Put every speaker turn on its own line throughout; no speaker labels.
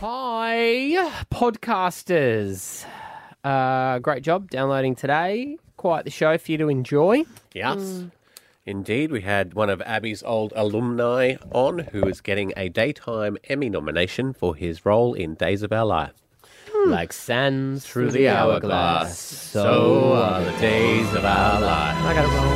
Hi, podcasters. Uh, great job downloading today. Quite the show for you to enjoy.
Yes.
Mm.
Indeed, we had one of Abby's old alumni on who is getting a daytime Emmy nomination for his role in Days of Our Life.
Like sands
Through the hourglass, so uh, are the days of our life.
I got it wrong.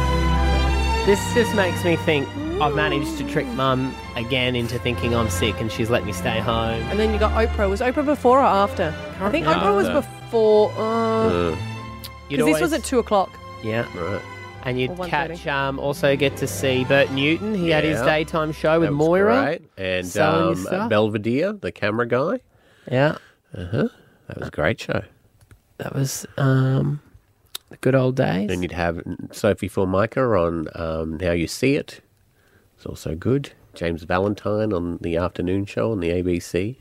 uh, This just makes me think I've managed to trick mum again into thinking I'm sick and she's let me stay home.
And then you got Oprah. Was Oprah before or after? I think Oprah was
remember.
before. uh, Because
Mm,
You'd
this was at two o'clock.
Yeah.
right.
And
Or
you'd
1:30.
catch, um, also get to see Bert Newton. He had his
Yeah.
daytime show with
That was
Moira.
great. And
selling your
um,
stuff.
Belvedere, the camera guy.
Yeah.
That was a great show.
That was um, the good old days.
Then you'd have Sophie Formica on um, How You See It. It's also good. James Valentine on the afternoon show on the ABC.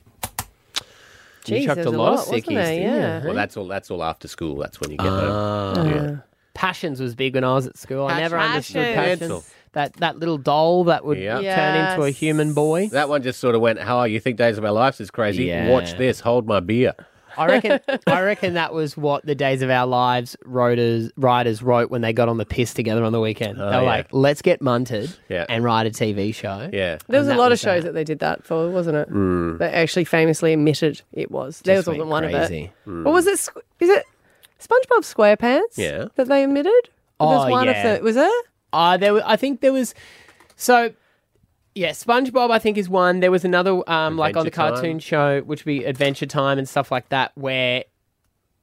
Jeez,
chucked
there
a
was
lot of
wasn't
sickies,
there?
didn't you?
Yeah. Uh,
Well, that's all. That's all after school. That's when you get
Ah.
home. Yeah.
Passions was big when I was at school. I never understood
Passions.
passions. That that little doll that would
Yeah.
turn into a
Yes.
human boy.
That one just sort of went, "How you think Days of Our Lives is crazy?
Yeah.
Watch this. Hold my beer."
I reckon. I reckon that was what the Days of Our Lives writers writers wrote when they got on the piss together on the weekend. they were
Oh, yeah.
like, "Let's get munted
Yeah.
and write a TV show."
Yeah.
There was
And
a
that
lot of
was
shows
that.
that. they did that for, wasn't it? Mm. They actually famously admitted it was. There
Just
wasn't
went
one of
crazy.
it. Or was it? Squ- Is it SpongeBob SquarePants?
Yeah.
That they admitted. Or
Oh,
there's one
yeah.
of the was there?
Uh, there, wa- I think there was. So, yeah, SpongeBob. I think is one. There was another, um, like on the
Adventure Time.
cartoon show, which would be Adventure Time and stuff like that, where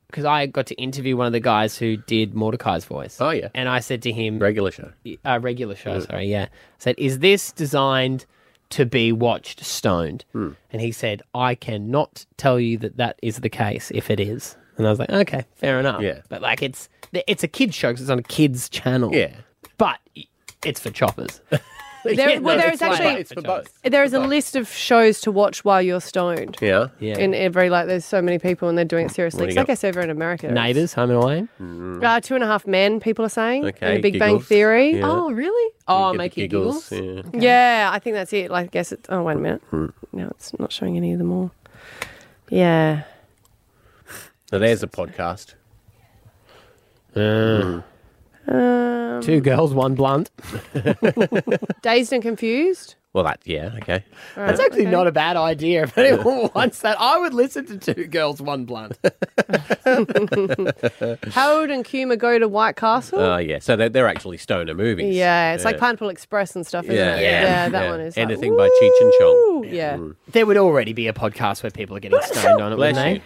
because I got to interview one of the guys who did Mordecai's voice.
Oh, yeah. Mm.
and I said to him,
Regular show.
uh, regular show, sorry, yeah. I said, is this designed to be watched stoned?
Hmm.
And he said, I cannot tell you that that is the case if it is. And I was like, okay, fair enough.
Yeah.
But like, it's it's a kids show 'cause it's on a kids channel.
Yeah.
But it's for choppers.
There- well, there
it's
is
for
actually-
both.
It's for both.
There is a list of shows to watch while you're stoned.
Yeah.
Yeah.
In every like, there's so many people and they're doing it seriously.
What do
It's
you
like
got?
I said, over in America. it's-
Neighbours, Home and Away.
Uh, two and a half men. People are saying. in
Okay,
The Big Bang
giggles.
Theory.
Yeah.
Oh, really? Oh,
Get the
make you giggles.
Yeah.
Yeah, I think that's it. Like, I guess it. Oh, wait a minute.
Hmm.
No, it's not showing any of them all. Yeah.
So there's a podcast.
Um,
Two girls, one blunt.
Dazed and confused.
Well, that yeah. Okay.
That's actually
okay.
not a bad idea. If anyone wants that, I would listen to Two Girls, One Blunt.
Harold and Kuma go to White Castle.
Oh yeah. So they're, they're actually stoner movies.
yeah, it's like
yeah.
Pineapple Express and stuff, isn't
Yeah,
it?
yeah,
that
yeah.
one is.
Anything
like,
by Cheech and Chong. Hmm.
woo! Yeah.
There would already be a podcast where people are getting stoned on it, wouldn't they?
Bless you.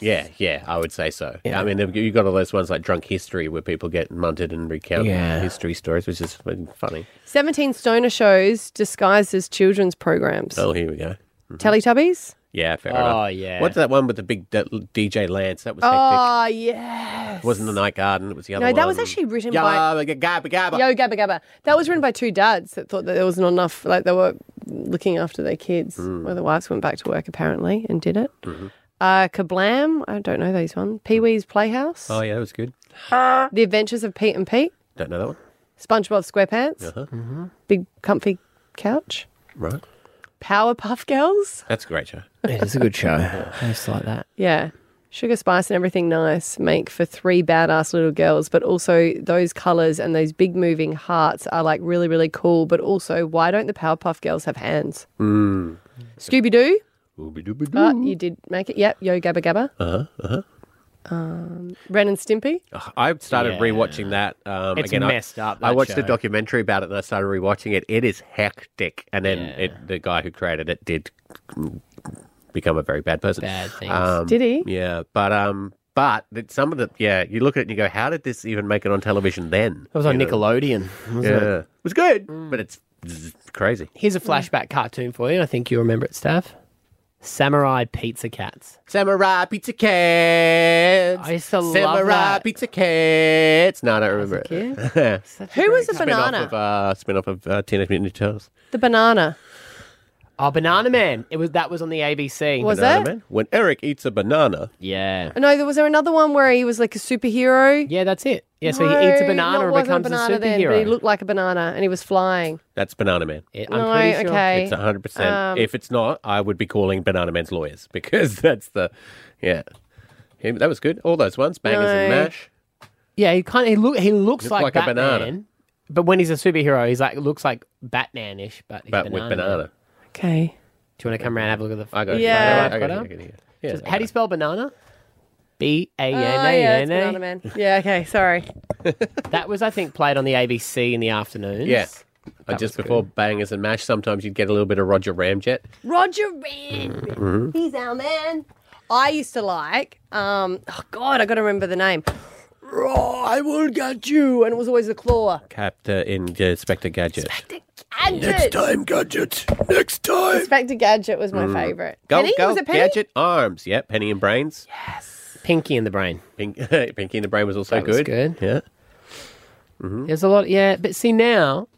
Yeah, yeah, I would say so. I mean, you- you've got all those ones like Drunk History where people get munted and recount
Yeah.
history stories, which is funny.
17 stoner shows disguised as children's programs.
Oh, here we go.
Teletubbies.
Yeah, fair
Oh,
enough.
yeah.
What's that one with the big d- DJ Lance? That was hectic.
Oh, yes.
It wasn't the Night Garden, it was the other
No,
one.
that was actually written
Yeah,
by.
Gabba Gabba.
Yo Gabba Gabba. That was written by two dads that thought that there was not enough, like they were looking after their kids.
Hmm.
Well, the wives went back to work apparently and did it.
Mm-hmm.
Uh, Kablam, I don't know those one. Pee Wee's Playhouse,
Hmm. Oh, yeah, that was good.
The Adventures of Pete and Pete,
Don't know that one.
SpongeBob SquarePants,
Uh-huh.
Big Comfy Couch,
Right.
Powerpuff Girls,
That's a great show.
It is a good show. I just like that.
yeah. Sugar Spice and Everything Nice make for three badass little girls, but also those colors and those big moving hearts are like really, really cool. But also, why don't the Powerpuff Girls have hands?
Mm.
Scooby Doo.
Ooby-dooby-doo.
But you did make it. Yep, Yo Gabba Gabba. Uh-huh, uh-huh. Um, Ren and Stimpy.
I started
Yeah.
rewatching that. Um,
It's
again, I-
messed up,
I
that
watched a
show.
documentary about it, and I started rewatching it. It is hectic, and then it, the guy who created it did become a very bad person.
Bad things.
Um,
Did he?
Yeah, but um, but that some of the yeah, you look at it and you go, how did this even make it on television then?
It was on
You know?
Nickelodeon.
Yeah, it was good, but it's crazy.
Here's a flashback cartoon for you. I think you remember it, Staff. Samurai Pizza Cats.
Samurai Pizza Cats.
I used to love
Samurai
that.
Pizza Cats. No, I don't remember. it.
Who was the
spin off
banana?
uh, of uh, spin off of uh, Teenage Mutant Ninja Turtles.
The banana.
Oh, Banana Man. It was that was on the ABC.
Was
Banana
it?
Man. When Eric eats a banana,
Yeah.
No, there was there another one where he was like a superhero.
Yeah, that's it. Yeah, so he eats a
No,
banana
no, it
and
wasn't
becomes a,
banana then,
superhero.
but he looked like a banana and he was flying.
that's Banana Man.
Yeah,
no, okay.
It's 100%.
Um,
if it's not, I would be calling Banana Man's lawyers because that's the, yeah. Him- That was good. All those ones, bangers and
No.
mash.
Yeah, he kind of he, look, he looks
Looked
like,
like a
Batman,
banana.
but when he's a superhero, he's like looks like Batman-ish, but he's
But
banana.
with banana.
Okay.
Do you want to come around and have a look at the?
I got it.
Yeah.
I got it. I got it. I
Photo I've
got it here.
Just-
Yeah.
How do you spell banana? B A N
Oh,
A
yeah, it's
N
Banana
A.
Man. Yeah, okay, sorry.
That was, I think, played on the ABC in the afternoons.
Yeah. Uh,
That
just
was
before bangers and mash, sometimes you'd get a little bit of Roger Ramjet.
Roger Man.
Mm-hmm.
He's our man. I used to like, um, oh God, I got to remember the name. Roar, I will get you. And it was always the claw.
Captain in uh, Inspector Gadget.
Inspector Gadget.
time, Gadget. Next time.
Inspector Gadget was my favourite.
Mm. Go,
Penny?
go,
was it Penny?
Gadget arms. Yeah, Penny and Brains.
Pinky in the Brain.
Pink, Pinky and the Brain was also
That
good.
was good.
Yeah.
There's a lot, yeah. But see now,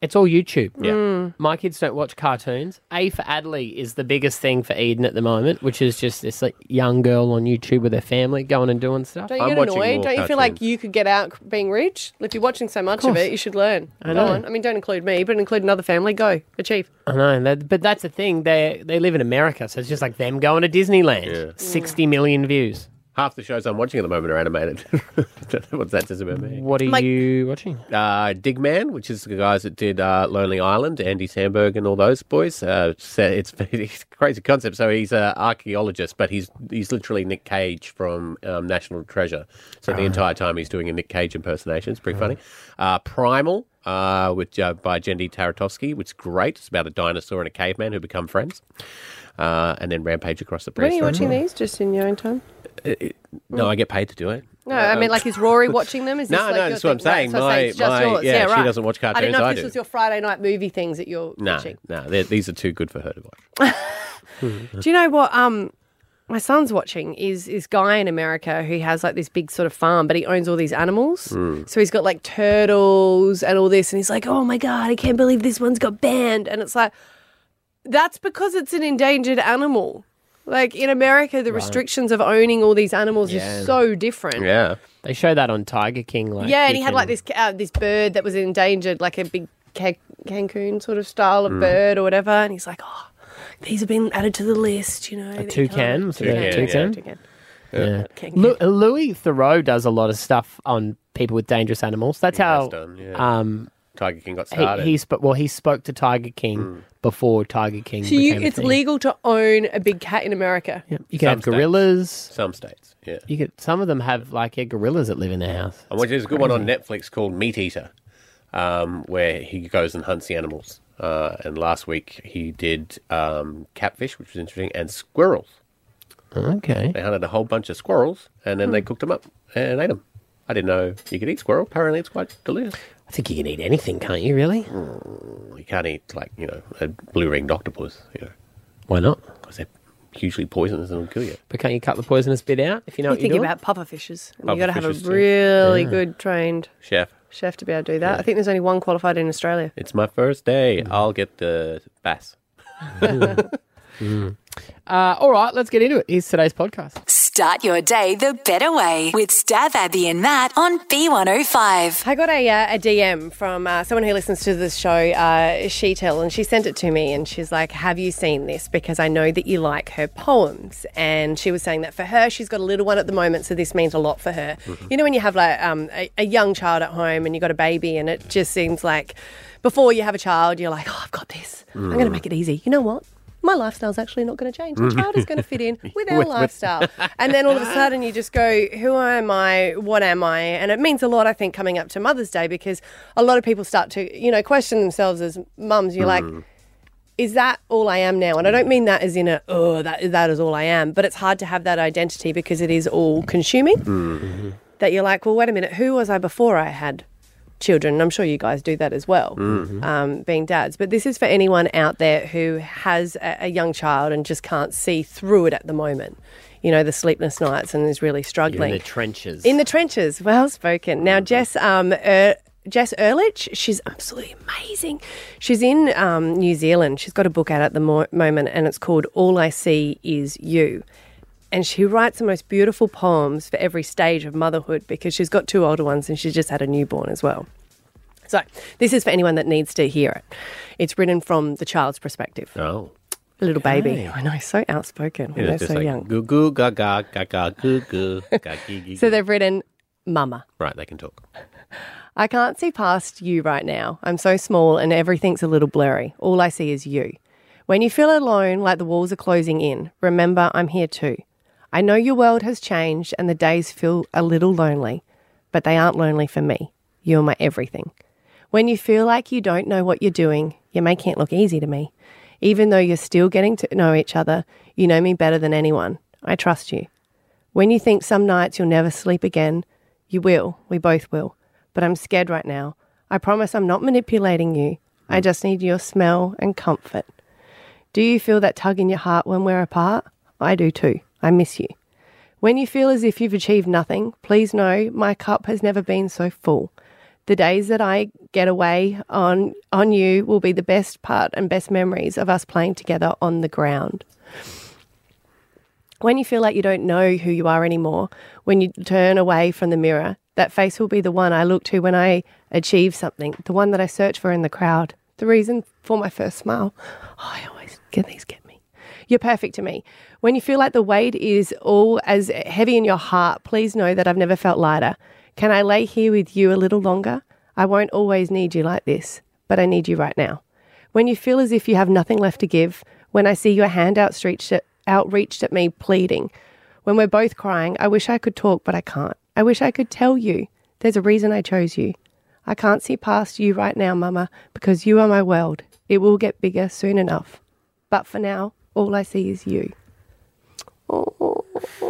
it's all YouTube.
Yeah.
My kids don't watch cartoons. A for Adley is the biggest thing for Eden at the moment, which is just this like young girl on YouTube with her family going and doing stuff.
Don't you
I'm
get
watching
annoyed?
more
Don't you feel
cartoons.
like you could get out c- being rich? If you're watching so much of, it, you should learn. I
know.
I mean, don't include me, but include another family. Go. Achieve.
I know, that, but that's the thing. They they live in America, so it's just like them going to Disneyland.
Yeah.
Sixty million views.
Half the shows I'm watching at the moment are animated. Don't know what that says about me.
What are
Like-
you watching?
Uh, Digman, which is the guys that did uh, Lonely Island, Andy Sandberg, and all those boys. Uh, so it's, it's a crazy concept. So he's an archaeologist, but he's he's literally Nick Cage from um, National Treasure. So the entire time he's doing a Nick Cage impersonation. It's pretty funny. Uh, Primal, uh, which uh, by Jendy Taratovsky, which is great. It's about a dinosaur and a caveman who become friends. Uh, and then Rampage across the
When are
prairie.
you watching these? Just in your own time?
No, I get paid to do it.
No, I mean, like, is Rory watching them? Is this
no,
like
no,
your
that's what I'm saying.
thing? Right, so I'm
My-
it's just
my-
yours.
yeah, she
right.
doesn't watch
I didn't
cartoons,
know if
I
this
do.
was your Friday night movie things that you're
No,
watching.
no, they're- these are too good for her to watch.
Do you know what? Um, my son's watching is this guy in America who has like this big sort of farm, but he owns all these animals.
Hmm.
So he's got like turtles and all this, and he's like, "Oh my god, I can't believe this one's got banned!" And it's like, that's because it's an endangered animal. Like in America, the restrictions of owning all these animals
Yeah.
is so different.
Yeah.
They show that on Tiger King. Like
Yeah, and
you
he had
can-
like this ca- uh, this bird that was endangered, like a big ca- Cancun sort of style
Mm.
of bird or whatever. And he's like, oh, these have been added to the list, you know. that you
toucan,
can't-
was it a
yeah,
toucan?
toucan.
Yeah.
King.
Lu- Louis Thoreau does a lot of stuff on people with dangerous animals. That's
That's
Oh,
how
done, yeah.
uh,
um
Tiger King got Hmm.
he,
started.
he spoke. Well, he spoke to Tiger King before Tiger King.
So you,
became a
it's
thing.
legal to own a big cat in America.
Yeah. You can
Some
have
states.
gorillas.
Some states, yeah.
You could. Some of them have like yeah, gorillas that live in their house.
I watched there's a good one on Netflix called Meat Eater, um, where he goes and hunts the animals. Uh, and last week he did um, catfish, which was interesting, and squirrels.
Okay.
They hunted a whole bunch of squirrels and then they cooked them up and ate them. I didn't know you could eat squirrel. Apparently, it's quite delicious.
I think you can eat anything, can't you? Really?
You can't eat like you know a blue ringed octopus, you know,
Why not?
because they're hugely poisonous and will kill you.
But can't you cut the poisonous bit out if you know
You
what you're
think
doing?
about puffer fishes, and
Puffer
you got to have a
fishes too.
really good trained
Chef,
chef to be able to do that. I think there's only one qualified in Australia.
it's my first day. I'll get the bass.
uh, all right, let's get into it. Here's today's podcast.
Start your day the better way with Stab Abby and Matt on B105.
I got a, uh, a DM from uh, someone who listens to this show, uh, Sheetal, and she sent it to me and she's like, Have you seen this? Because I know that you like her poems. And she was saying that for her, she's got a little one at the moment, so this means a lot for her. You know, when you have like um, a, a young child at home and you've got a baby, and it just seems like before you have a child, you're like, Oh, I've got this. I'm going to make it easy. You know what? My lifestyle's actually not going to change. The child is going to fit in Mm-hmm. with our lifestyle. and then all of a sudden you just go, who am I? What am I? And it means a lot, I think, coming up to Mother's Day because a lot of people start to, you know, question themselves as mums. You're like, is that all I am now? And I don't mean that as in a, oh, that, that is all I am, but it's hard to have that identity because it is all consuming. That you're like, well, wait a minute, who was I before I had children? And I'm sure you guys do that as well, um, being dads. But this is for anyone out there who has a, a young child and just can't see through it at the moment. You know, the sleepless nights and is really struggling.
trenches.
Mm-hmm.
In the trenches. Well spoken. Now, Jess um, er, Jess Ehrlich. She's absolutely amazing. She's in um, New Zealand. She's got a book out at the mo- moment, and it's called All I See Is You. And she writes the most beautiful poems for every stage of motherhood because she's got two older ones and she's just had a newborn as well. So, this is for anyone that needs to hear it. It's written from the child's perspective.
Oh.
A little baby. I know, so outspoken. I
You know,
know,
just
so
like
young.
goo goo ga ga ga ga goo goo ga gee gee.
So
goo.
they've written, Mama,
right, they can talk.
I can't see past you right now. I'm so small and everything's a little blurry. All I see is you. When you feel alone, like the walls are closing in, remember I'm here too. I know your world has changed and the days feel a little lonely, but they aren't lonely for me. You're my everything. When you feel like you don't know what you're doing, you're making it look easy to me. Even though you're still getting to know each other, you know me better than anyone. I trust you. When you think some nights you'll never sleep again, you will. We both will. But I'm scared right now. I promise I'm not manipulating you. I just need your smell and comfort. Do you feel that tug in your heart when we're apart? I do too. I miss you. When you feel as if you've achieved nothing, please know my cup has never been so full. The days that I get away on on you will be the best part and best memories of us playing together on the ground when you feel like you don't know who you are anymore, when you turn away from the mirror, that face will be the one I look to when I achieve something, the one that I search for in the crowd, the reason for my first smile. Oh, I always get these get me. You're perfect to me. When you feel like the weight is all as heavy in your heart, please know that I've never felt lighter. Can I lay here with you a little longer? I won't always need you like this, but I need you right now. When you feel as if you have nothing left to give, when I see your hand outstretched at, outreached at me, pleading, when we're both crying, I wish I could talk, but I can't. I wish I could tell you there's a reason I chose you. I can't see past you right now, Mama, because you are my world. It will get bigger soon enough. But for now, all I see is you. Oh,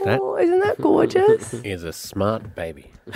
That-
isn't that gorgeous?
Is a smart baby.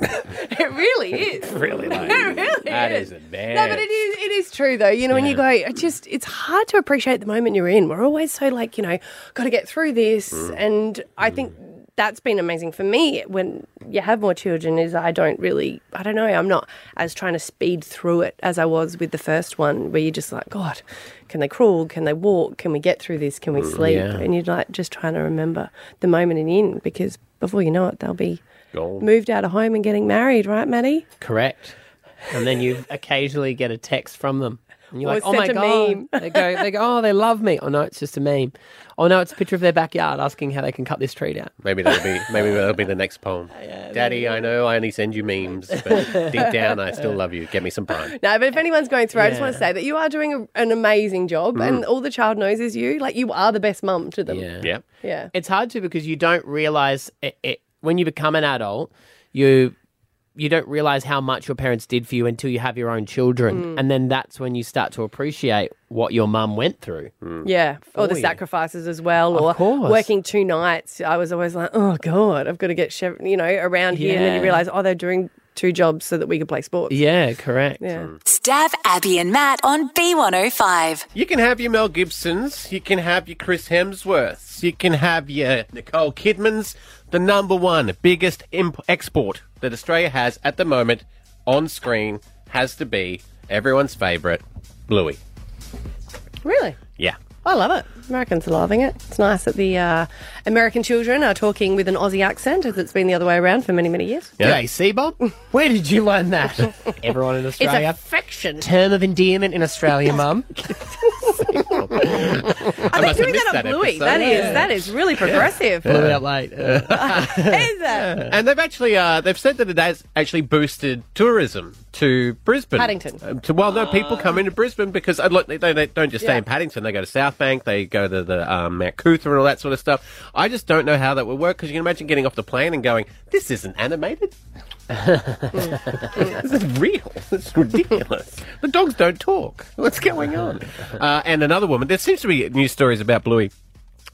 it really is.
Really like
really
that
is.
is advanced.
No, but it is it is true though. You know, when you go, it just it's hard to appreciate the moment you're in. We're always so like, you know, got to get through this, and I think that's been amazing for me when you have more children. Is I don't really, I don't know, I'm not as trying to speed through it as I was with the first one, where you're just like, God, can they crawl? Can they walk? Can we get through this? Can we sleep?
yeah.
And you're like just trying to remember the moment and in because before you know it, they'll be.
Gold.
Moved out of home and getting married, right, Maddie?
Correct. And then you occasionally get a text from them. And you're
Or
like, oh my
sent a
God.
meme.
They go, they go, oh, they love me. Oh no, it's just a meme. Oh no, it's a picture of their backyard asking how they can cut this tree down.
Maybe that'll be maybe that'll be the next poem. Daddy, I know I only send you memes, but deep down I still love you. Get me some prime.
No, but if anyone's going through, I just want to
Yeah.
say that you are doing a, an amazing job, and all the child knows is you. Like you are the best mum to them.
Yeah.
Yep.
Yeah.
It's hard to because you don't realize it, it when you become an adult, you you don't realize how much your parents did for you until you have your own children,
Mm.
and then that's when you start to appreciate what your mum went through.
Yeah. Or the
you.
sacrifices as well, or
course.
working two nights. I was always like, oh god, I've got to get Chev- you know around here, and then you
Yeah.
realize, oh, they're doing two jobs so that we could play sports.
Yeah, correct.
Yeah.
Stab Abby and Matt on B105.
You can have your Mel Gibsons, you can have your Chris Hemsworths, you can have your Nicole Kidmans. The number one biggest imp- export that Australia has at the moment on screen has to be everyone's favourite, Bluey.
Really.
Yeah.
I love it. Americans are loving it. It's nice that the uh, American children are talking with an Aussie accent, as it's been the other way around for many, many years.
Yeah.
G'day, Seabob. Where did you learn that? Everyone in Australia.
fiction.
term of endearment in Australia, Mum.
I must have
Doing that
missed
on
that
Bluey.
episode.
That is that is really progressive.
Blew it up late. Uh,
Is it?
And they've actually uh, they've said that it has actually boosted tourism to Brisbane,
Paddington.
Um, to, well, no, people come into Brisbane because uh, look, they, they, they don't just stay
Yeah.
in Paddington. They go to South Bank, they go to the um, Mount Cootha and all that sort of stuff. I just don't know how that would work because you can imagine getting off the plane and going, "This isn't animated. this is real. This is ridiculous. the dogs don't talk. What's going on?" Uh, and another woman. There seems to be news stories about Bluey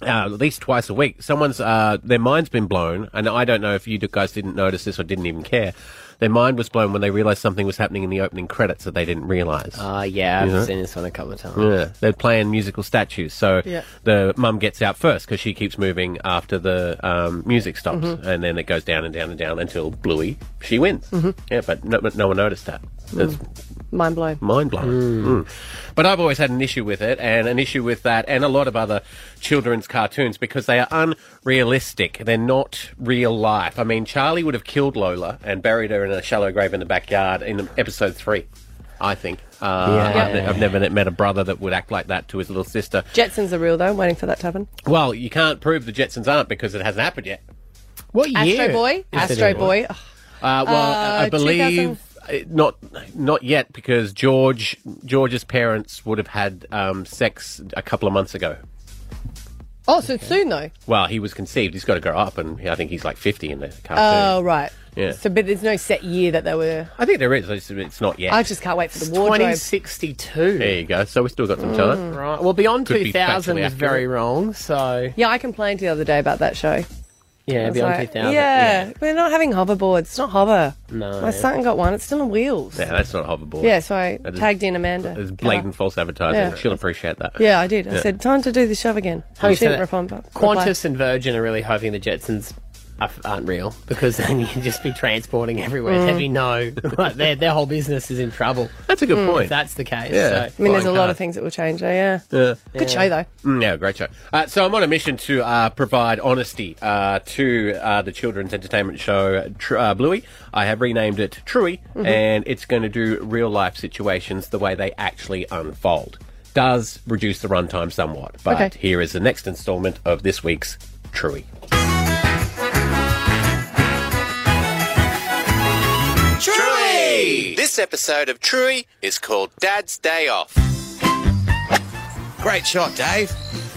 uh, at least twice a week. Someone's uh, their mind's been blown, and I don't know if you guys didn't notice this or didn't even care. Their mind was blown when they realised something was happening in the opening credits that they didn't realise.
Uh, yeah, I've
Yeah.
seen this one a couple of times.
Yeah, they're playing musical statues. So the mum gets out first because she keeps moving after the um, music stops, and then it goes down and down and down until Bluey she wins. Yeah, but no, but no one noticed that. It's
Mind blown.
mind blowing. Mm. But I've always had an issue with it, and an issue with that, and a lot of other children's cartoons because they are unrealistic. They're not real life. I mean, Charlie would have killed Lola and buried her in a shallow grave in the backyard in episode three. I think. Uh,
Yeah.
I've, ne- I've never met a brother that would act like that to his little sister.
Jetsons are real though. I'm waiting for that to happen.
Well, you can't prove the Jetsons aren't because it hasn't happened yet.
What year?
Astro Boy.
is it
Astro
in?
Boy. Ugh.
Uh, well, I- I
Uh,
believe uh, not not yet because George George's parents would have had um, sex a couple of months ago.
Oh, so it's soon though.
Well, he was conceived. He's got to grow up, and I think he's like fifty in the cartoon.
Oh right.
Yeah.
So, but there's no set year that they were.
I think there is. It's, it's not yet.
I just can't wait for the wardrobe.
2062.
there you go. So we still got some
Mm.
time.
Right. Well, beyond
Could be
2000
factually
was very wrong. So
Yeah, I complained the other day about that show.
yeah,
It's
beyond
like,
2000.
yeah, we're not having hoverboards. It's not hover.
No.
My son got one. It's still on wheels.
Yeah, that's not a hoverboard.
Yeah, so I
That is-
tagged in Amanda.
it's blatant false advertising.
Yeah.
She'll appreciate that.
Yeah, I did. I said, time to do the shove again.
Having
she
said
didn't
that,
respond, but
Qantas and Virgin are really hoping the Jetsons are- aren't real because then you'd just be transporting everywhere. There'd
Mm.
be no, like their, their whole business is in trouble
That's a good
if
point.
that's the case.
Yeah.
So.
I mean, there's a
Flying
lot
car.
of things that will change. there, Yeah.
Yeah.
Good show, though.
Mm, Yeah, great show. Uh, so I'm on a mission to uh, provide honesty uh, to uh, the children's entertainment show Tr- uh, Bluey. I have renamed it Truey, and it's going to do real life situations the way they actually unfold. Does reduce the runtime somewhat, but
Okay.
here is the next installment of this week's Truey.
Truey! This episode of Truey is called Dad's Day Off. Great shot, Dave.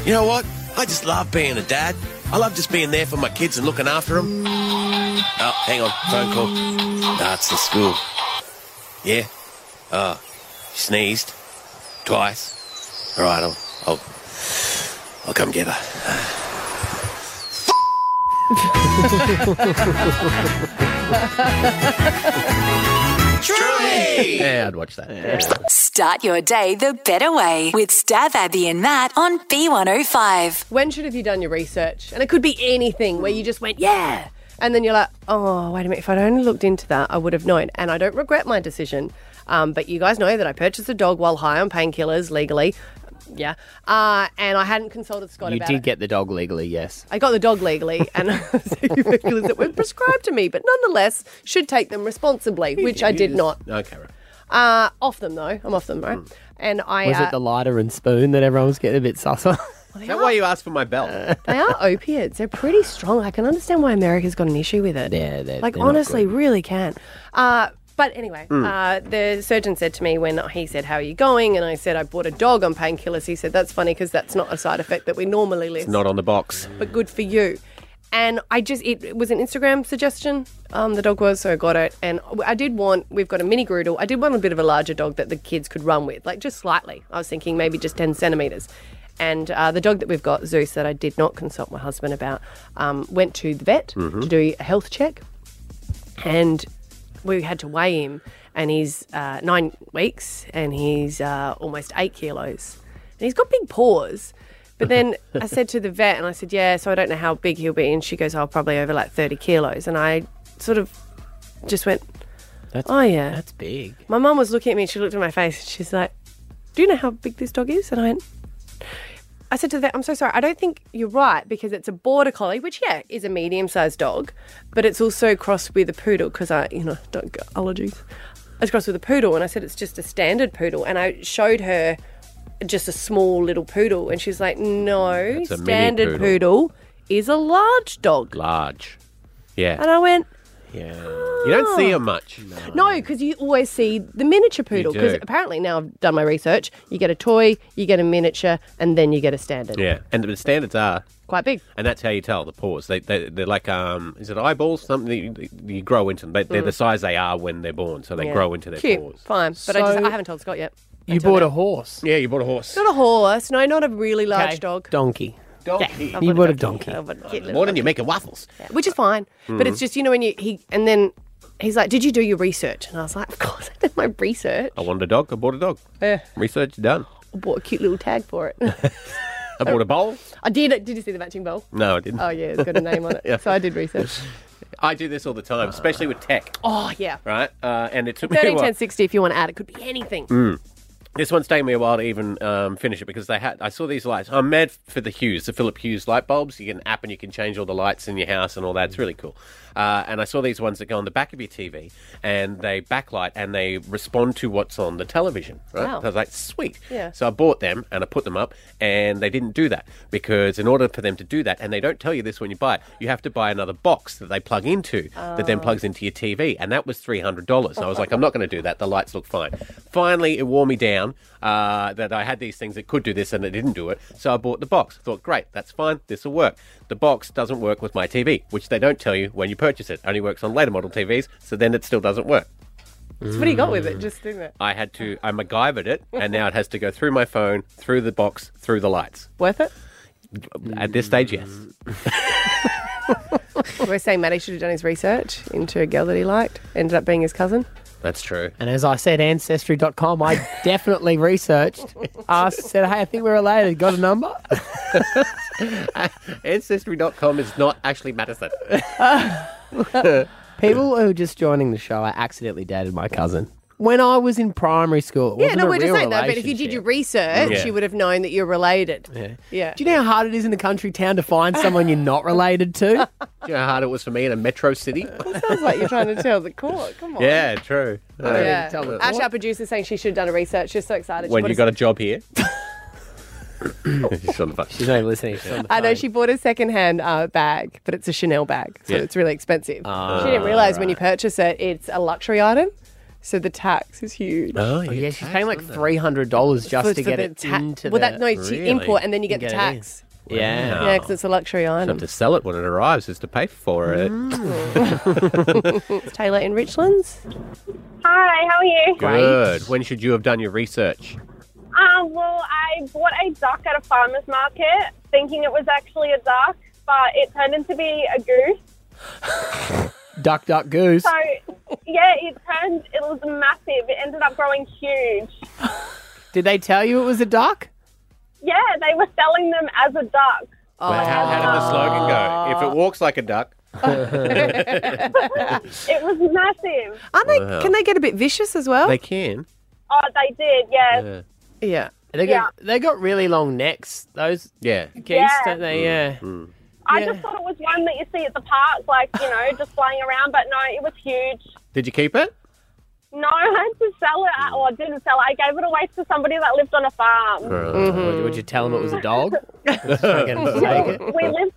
You know what? I just love being a dad. I love just being there for my kids and looking after them. Oh, hang on, phone call. Nah, it's the school. Yeah? Oh, sneezed. Twice. All right, I'll, I'll, I'll come get her. Truey!
Yeah, I'd watch that.
Start your day the better way with Stab Abby and Matt on B105.
When should have you done your research? And it could be anything where you just went, yeah. And then you're like, oh, wait a minute. If I'd only looked into that, I would have known. And I don't regret my decision. Um, but you guys know that I purchased a dog while high on painkillers legally. Yeah. Uh, and I hadn't consulted Scott
You
about
did
it.
get the dog legally, yes.
I got the dog legally and painkillers that were prescribed to me, but nonetheless should take them responsibly, which I did not.
Okay, right.
Uh, off them though, I'm off them, right? And I
Hmm. Was
uh,
it the lighter and spoon that everyone was getting a bit sus on?
Is that why you asked for my belt?
they are opiates. They're pretty strong. I can understand why America's got an issue with it.
Yeah, they're-
like
they're not
honestly, really can. Uh, but anyway, uh, the surgeon said to me when he said, "How are you going?" and I said, "I bought a dog on painkillers." He said, "That's funny because that's not a side effect that we normally list."
not on the box.
but good for you. And I just, it, it was an Instagram suggestion. Um, the dog was, so I got it. And I did want, we've got a mini Groodle. I did want a bit of a larger dog that the kids could run with, like just slightly. I was thinking maybe just 10 centimetres. And uh, the dog that we've got, Zeus, that I did not consult my husband about, um, went to the vet to do a health check. And we had to weigh him, and he's uh, nine weeks and he's uh, almost eight kilos. And he's got big paws. But then I said to the vet, and I said, Yeah, so I don't know how big he'll be. And she goes, Oh, probably over like 30 kilos. And I sort of just went,
That's,
Oh, yeah.
That's big.
My mum was looking at me and she looked at my face and she's like, Do you know how big this dog is? And I went, I said to that, I'm so sorry. I don't think you're right because it's a border collie, which, yeah, is a medium sized dog, but it's also crossed with a poodle because I, you know, dog allergies. It's crossed with a poodle. And I said, It's just a standard poodle. And I showed her just a small little poodle. And she's like, No,
a mini
standard
poodle.
poodle is a large dog.
Large. Yeah.
And I went,
Yeah.
You don't see them much.
No, because you always see the miniature poodle.
do.
Because apparently now I've done my research. You get a toy, you get a miniature, and then you get a standard.
Yeah. And the standards are
Quite big.
and that's how you tell the paws. They, they they're like um, is it eyeballs? Something that you, you grow into them. They, they're the size they are when they're born, so they
Mm. Yeah.
grow into their
Cute.
paws.
Fine. But I just
So-
I haven't told Scott yet.
You bought a horse.
Yeah, you bought a horse.
Not a horse. No, not a really large
Okay.
dog.
Donkey.
Donkey.
I
You bought a donkey.
I bought a cute little
More than you're making waffles. Mm.
dog. Which is fine. But it's just, you know, when you he and then he's like, Did you do your research? And I was like, Of course I did my research.
I wanted a dog. I bought a dog.
Yeah.
Research done.
I bought a cute little tag for it.
I bought a bowl.
I did it. Did you see the matching bowl?
No, I didn't.
Oh, yeah, it's got a name on it.
Mm. Yeah.
So I did research.
I do this all the time, especially with tech,
Oh, yeah.
right? Uh, and it took me a
Thirteen
while.
ten sixty. if you want to add, it could be anything.
Mm.
This one's taken me a while to even um, finish it because they had. I saw these lights. I'm mad for the Hughes, the Philip Hughes light bulbs. You get an app and you can change all the lights in your house and all that. It's really cool. Uh, and I saw these ones that go on the back of your TV and they backlight and they respond to what's on the television. Right?
Wow.
So I was like, sweet.
Yeah.
So I bought them and I put them up and they didn't do that because in order for them to do that, and they don't tell you this when you buy it, you have to buy another box that they plug into that then plugs into your TV. And that was $300. And I was like, I'm not going to do that. The lights look fine. Finally, it wore me down uh, that I had these things that could do this and it didn't do it. So I bought the box. thought, great, that's fine. This will work. The box doesn't work with my TV, which they don't tell you when you purchase it. Only works on later model TVs. So then it still doesn't work.
So what do you got with it? Just doing that.
I had to, I MacGyvered it, and now it has to go through my phone, through the box, through the lights.
Worth it?
At this stage, yes.
We're saying Matty should have done his research into a girl that he liked. Ended up being his cousin.
That's true.
And as I said, ancestry.com, I definitely researched, asked, said, hey, I think we're related. Got a number?
Ancestry.com is not actually Madison.
People who are just joining the show, I accidentally dated my cousin. When I was in primary school, it
Yeah,
wasn't
no,
a
we're just
real
saying that. But if you did
relationship.
your research,
Yeah.
you would have known that you're related.
Yeah.
Yeah.
Do you know how hard it is in a country town to find someone you're not related to?
Do you know how hard it was for me in a metro city?
Sounds like you're trying to tell the court. Come on.
yeah, true. Uh,
Yeah.
tell the
Ash,
court.
our producer, saying she should have done a research. She's so excited. She
When
bought
you
a-
got a job here. She's on the phone.
She's not even listening. She's on the
I know
phone.
she bought a secondhand uh, bag, but it's a Chanel bag, so
Yeah.
it's really expensive. she
Ah,
didn't realize when you purchase it, it's a luxury item, so the tax is huge.
Oh,
Oh,
you
yeah, she's
taxed,
paying like
wasn't it?
three hundred dollars just
For-
to
for
get
the
it
ta-
into
well,
the.
that no, it's you
Really?
import and then you get,
You get
the
it in. Oh.
tax.
yeah.
Yeah, because it's a luxury item.
To sell it when it arrives is to pay for it.
It's Taylor in Richlands.
Hi, how are you?
Good. When should you have done your research?
Uh, well, I bought a duck at a farmer's market thinking it was actually a duck, but it turned into be a goose.
Duck, duck, goose.
So, yeah, it turned, it was massive. It ended up growing huge.
Did they tell you it was a duck?
Yeah, they were selling them as a duck.
Well, how, how did the slogan go? If it walks like a duck,
It was massive.
Aren't they?
Wow.
Can they get a bit vicious as well?
they can.
Oh, they did, yes.
Yeah.
yeah.
They got, they got really long necks. Those
Yeah.
geese,
Yeah.
don't they? Yeah.
I
Yeah.
just thought it was one that you see at the park, like, you know, just flying around, but no, it was huge.
Did you keep it?
No, I had to sell it, or I didn't sell it. I gave it away to somebody that lived on a farm.
Would, would you tell them it was a dog? Just try and get 'em to take it.
we lived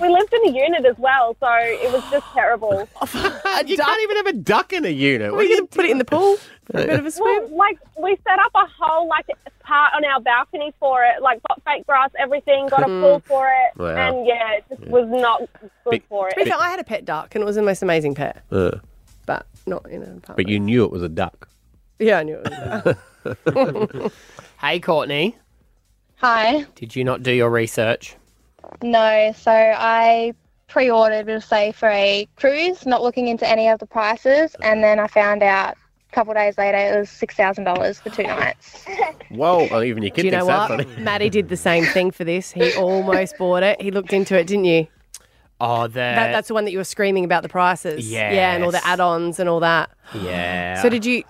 we lived in a unit as well, so it was just terrible.
You can't even have a duck in a unit. What
Are
do
you
you
gonna put it in the pool for a bit of a swim?
Well, like we set up a whole like part on our balcony for it, like got fake grass, everything, got a pool for it,
Hmm. Wow.
and yeah, it just was not good
Big-
for
To be
it.
fair, I had a pet duck, and it was the most amazing pet,
Uh,
but not in an apartment.
but you knew it was a duck.
yeah, I knew it. Was
Hey, Courtney,
Hi.
did you not do your research?
No, so I pre-ordered, we'll say, for a cruise, not looking into any of the prices, and then I found out a couple days later it was six thousand dollars for two nights.
Whoa, oh, even your kid
Do you
thinks
know
that's
what?
funny.
Maddie did the same thing for this. He almost bought it. He looked into it, didn't you?
Oh, the
That, that's the one that you were screaming about the prices. Yeah, and all
Yes.
the add-ons and all that.
yeah.
So did you?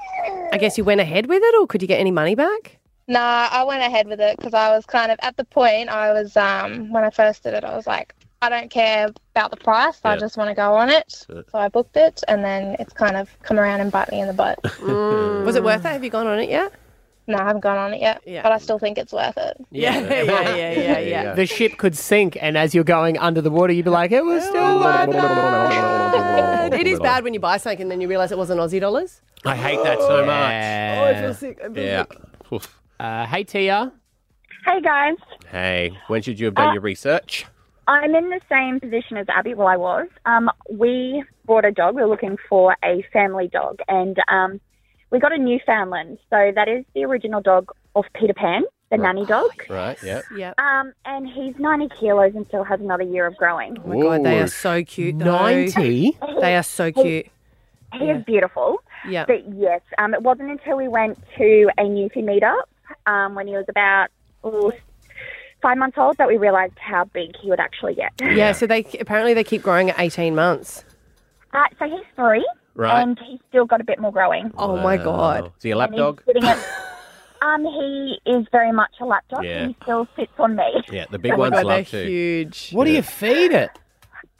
I guess you went ahead with it, or could you get any money back?
nah, I went ahead with it because I was kind of at the point I was um when I first did it, I was like, I don't care about the price, I
Yeah.
just want to go on it. So I booked it, and then it's kind of come around and bite me in the butt.
Was it worth it? Have you gone on it yet?
no, I haven't gone on it yet,
Yeah.
but I still think it's worth it.
Yeah.
yeah, yeah, yeah, yeah. yeah.
Yeah.
the ship could sink, and as you're going under the water, you'd be like, "It was still worth
But Uh, it is bad when you buy something and then you realise it wasn't Aussie dollars.
I hate that so much.
Yeah.
sick.
Yeah. Oof.
Uh, hey, Tia.
Hey guys,
Hey, when should you have
Ah.
done your research?
I'm in the same position as Abby. Well, I was. Um, we bought a dog. We were looking for a family dog, and um, we got a Newfoundland. So that is the original dog of Peter Pan, the nanny dog.
Right, yeah.
Yeah.
Um, and he's 90 kilos and still has another year of growing.
Oh my god, they
Ooh.
are so cute. Though.
Ninety.
Oh. They are so cute.
He is beautiful.
Yeah.
But yes, um, it wasn't until we went to a Newfie meetup um, when he was about ooh, five months old that we realised how big he would actually get.
Yeah, so they apparently they keep growing at 18 months.
Uh, so he's three,
Right.
and he's still got a bit more growing.
Oh my
Oh,
god.
is he a lap
And he's
dog?
sitting at- um, he is very much a lapdog.
Yeah.
He still sits on me.
Yeah, the big
Oh my
ones
god, they're
love to.
huge.
What do you feed it?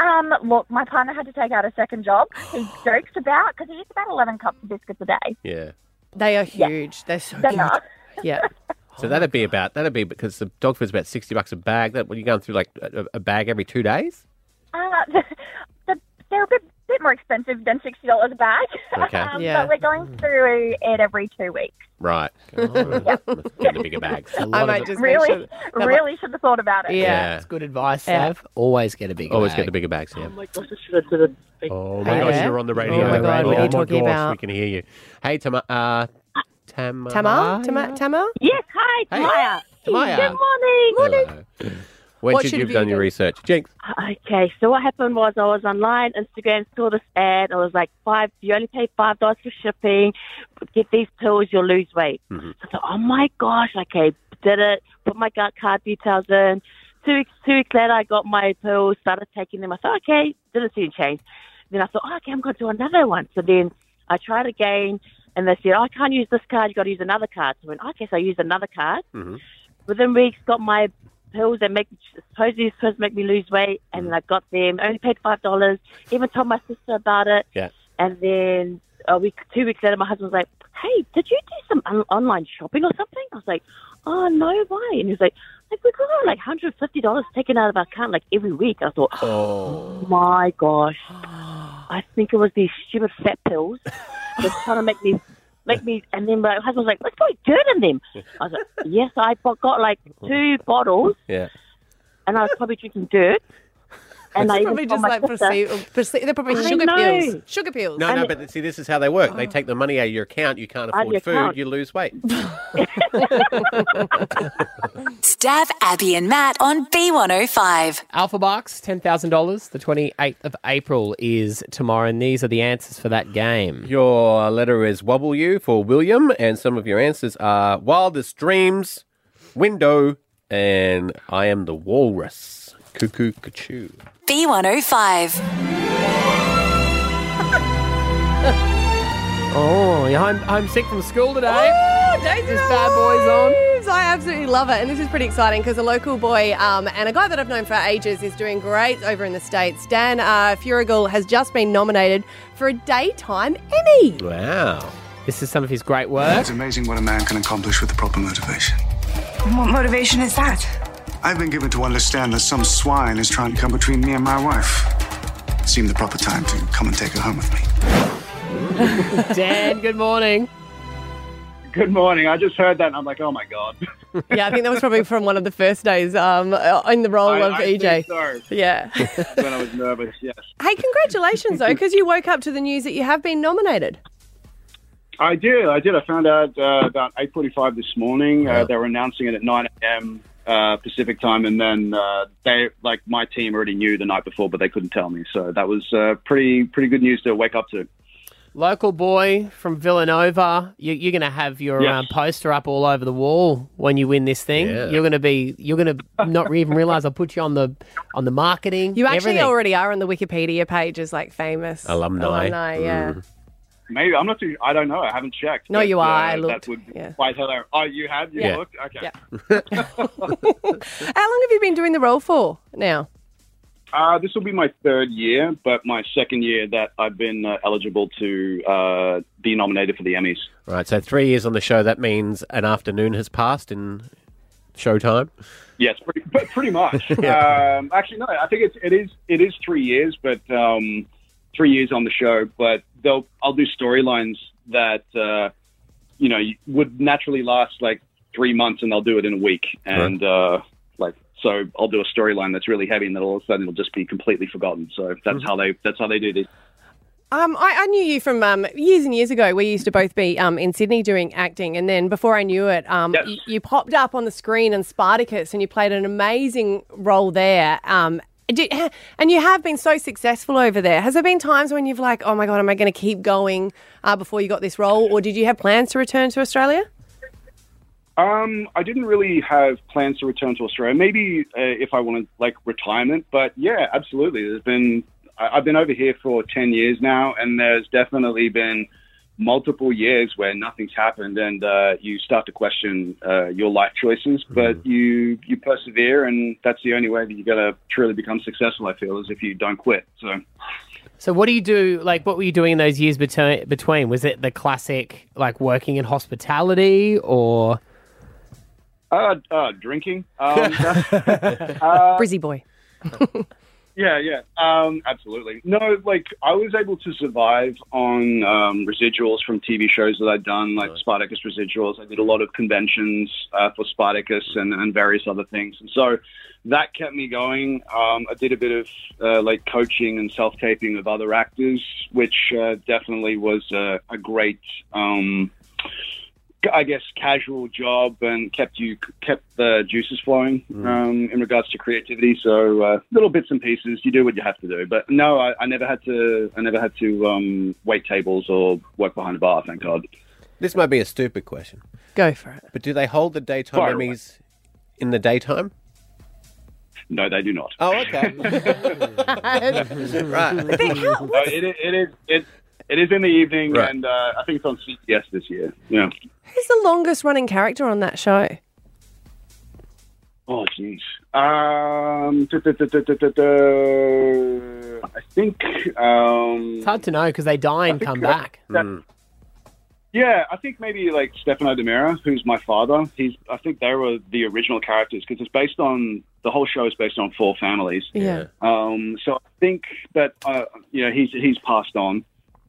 Um, look, my partner had to take out a second job. He jokes about because he eats about eleven cups of biscuits a day.
Yeah.
They are huge. They're so
They
cute.
are.
Yeah.
So that'd be about that'd be because the dog food's about sixty bucks a bag. That when you're going through like a, a bag every two days.
Uh, the, the, they're a bit, bit more expensive than sixty dollars a bag.
Okay.
um,
Yeah. Mm.
But we're going through it every two weeks.
Right. Get the bigger bags.
I might just make
Really,
sure- No,
really should have thought about it.
Yeah.
That's good advice,
Yeah.
Sav. Always get a big
Always get
bag.
the bigger bags. Yeah. Oh my
Hey
gosh,
there.
you're on the radio.
Oh my God, what are you
Oh my
talking
gosh,
about?
We can hear you. Hey, Tama. Uh, Tama.
Tamar? Tamar? Tamar?
Yes, hi,
Hey.
Maya.
Tamaya.
Good morning.
Hello. When
What
should
should
you have
we
done your
do?
research? Jinx.
Okay, so what happened was I was online, Instagram, saw this ad. It was like five. You only pay five dollars for shipping. Get these pills, you'll lose weight. So I thought, oh my gosh, okay, did it. Put my gut card details in. Two weeks, two weeks later, I got my pills, started taking them. I thought, okay, didn't see any change. Then I thought, oh, okay, I'm going to do another one. So then I tried again, and they said, oh, I can't use this card. You got to use another card. So I went, okay, so I used another card. within weeks got my pills that make supposedly these pills make me lose weight and I got them. Only paid five dollars. Even told my sister about it.
Yeah.
And then a week two weeks later my husband was like, Hey, did you do some on- online shopping or something? I was like, Oh no, why? And he was like, like we got like hundred and fifty dollars taken out of our account like every week. I thought,
Oh.
my gosh. I think it was these stupid fat pills just trying to make me make me and then my husband was like, Let's put dirt in them I was like, Yes, I bo- got like two bottles
Yeah.
and I was probably drinking dirt. And I
It's
even
probably
told
just
my
like
sister-
placebo. placebo- They're probably
I
sugar
know.
pills. Sugar pills.
No, no, but see, this is how they work. They take the money out of your account. You can't
Out of
afford
your
food.
account.
You lose weight.
Stab Abby and Matt on B105.
Alpha Bucks, $10,000. The 28th of April is tomorrow, and these are the answers for that game.
Your letter is wobble you for William, and some of your answers are wildest dreams, window, and I am the walrus. Cuckoo, cuckoo.
B105.
Oh, you're home, homesick from school today?
Oh, Days
This
of
bad
Our
boy's on.
Lives. I absolutely love it, and this is pretty exciting because a local boy um, and a guy that I've known for ages is doing great over in the states. Dan uh, Furigal has just been nominated for a daytime Emmy.
Wow.
This is some of his great work.
It's amazing what a man can accomplish with the proper motivation.
What motivation is that?
I've been given to understand that some swine is trying to come between me and my wife. It seemed the proper time to come and take her home with me.
Dan, good morning.
Good morning. I just heard that and I'm like, oh my god.
Yeah, I think that was probably from one of the first days um, in the role
I,
of
I
EJ.
think so,
Yeah.
when I was nervous, yes.
hey, congratulations though, because you woke up to the news that you have been nominated.
I did. I did. I found out uh, about eight forty-five this morning. Uh, they were announcing it at nine a.m. Uh, Pacific time, and then uh, they like my team already knew the night before, but they couldn't tell me. So that was uh, pretty pretty good news to wake up to.
Local boy from Villanova. You, you're going to have your
Yes.
um, poster up all over the wall when you win this thing.
Yeah.
You're going to be. You're going to not even realize I put you on the on the marketing.
You actually
everything.
already are on the Wikipedia page as like famous
Alumni.
Alumni, yeah.
Maybe I'm not too. I don't know. I haven't checked. uh,
No, you are. I
That
looked.
would be
Yeah.
quite hello. Oh, you had. You
Yeah.
looked. Okay.
Yeah. How long have you been doing the role for now?
Uh, this will be my third year, but my second year that I've been uh, eligible to uh, be nominated for the Emmys.
Right, so three years on the show. That means an afternoon has passed in showtime.
Yes, pretty, but pretty much. um, actually, no. I think it's it is it is three years, but um, three years on the show. But they'll I'll do storylines that uh, you know would naturally last like three months, and they'll do it in a week. And uh, like so, I'll do a storyline that's really heavy, and then all of a sudden it'll just be completely forgotten. So that's how they that's how they do this.
Um, I, I knew you from um, years and years ago. We used to both be um, in Sydney doing acting, and then before I knew it, um,
Yes.
y- you popped up on the screen in Spartacus, and you played an amazing role there. Um, Do- And you have been so successful over there. Has there been times when you've like, oh my god, am I going to keep going uh, before you got this role, or did you have plans to return to Australia?
Um, I didn't really have plans to return to Australia. Maybe uh, if I wanted like retirement, but yeah, absolutely. There's been I, I've been over here for ten years now, and there's definitely been multiple years where nothing's happened, and uh, you start to question uh, your life choices. But you you persevere, and that's the only way that you're gonna truly become successful. I feel is if you don't quit. So.
So what do you do? Like, what were you doing in those years between? Between was it the classic like working in hospitality or?
Uh, uh, drinking. Um,
Brizzy boy.
Yeah, yeah, um, absolutely. No, like I was able to survive on um, residuals from TV shows that I'd done, like Spartacus residuals. I did a lot of conventions uh, for Spartacus and, and various other things, and so that kept me going. Um, I did a bit of uh, like coaching and self taping of other actors, which uh, definitely was a, a great. Um, I guess casual job and kept you kept the juices flowing
Mm.
um, in regards to creativity. So uh, little bits and pieces, you do what you have to do. But no, I, I never had to. I never had to um, wait tables or work behind a bar. Thank God.
This might be a stupid question,
Go for it.
but do they hold the daytime
Fire away.
Emmys in the daytime?
No, they do not.
Oh, okay.
But No, it, is- it is it, it is in the evening,
Right.
and uh, I think it's on CBS this year. Yeah.
Who's the longest running character on that show?
Oh, jeez. Um, duh, duh, duh, duh, duh, duh, duh. I think um,
It's hard to know because they die and come back.
Yeah, I think maybe like Stefano Demera, who's my father. He's I think they were the original characters because it's based on the whole show is based on four families.
Yeah.
Um, so I think that uh, you know he's he's passed on,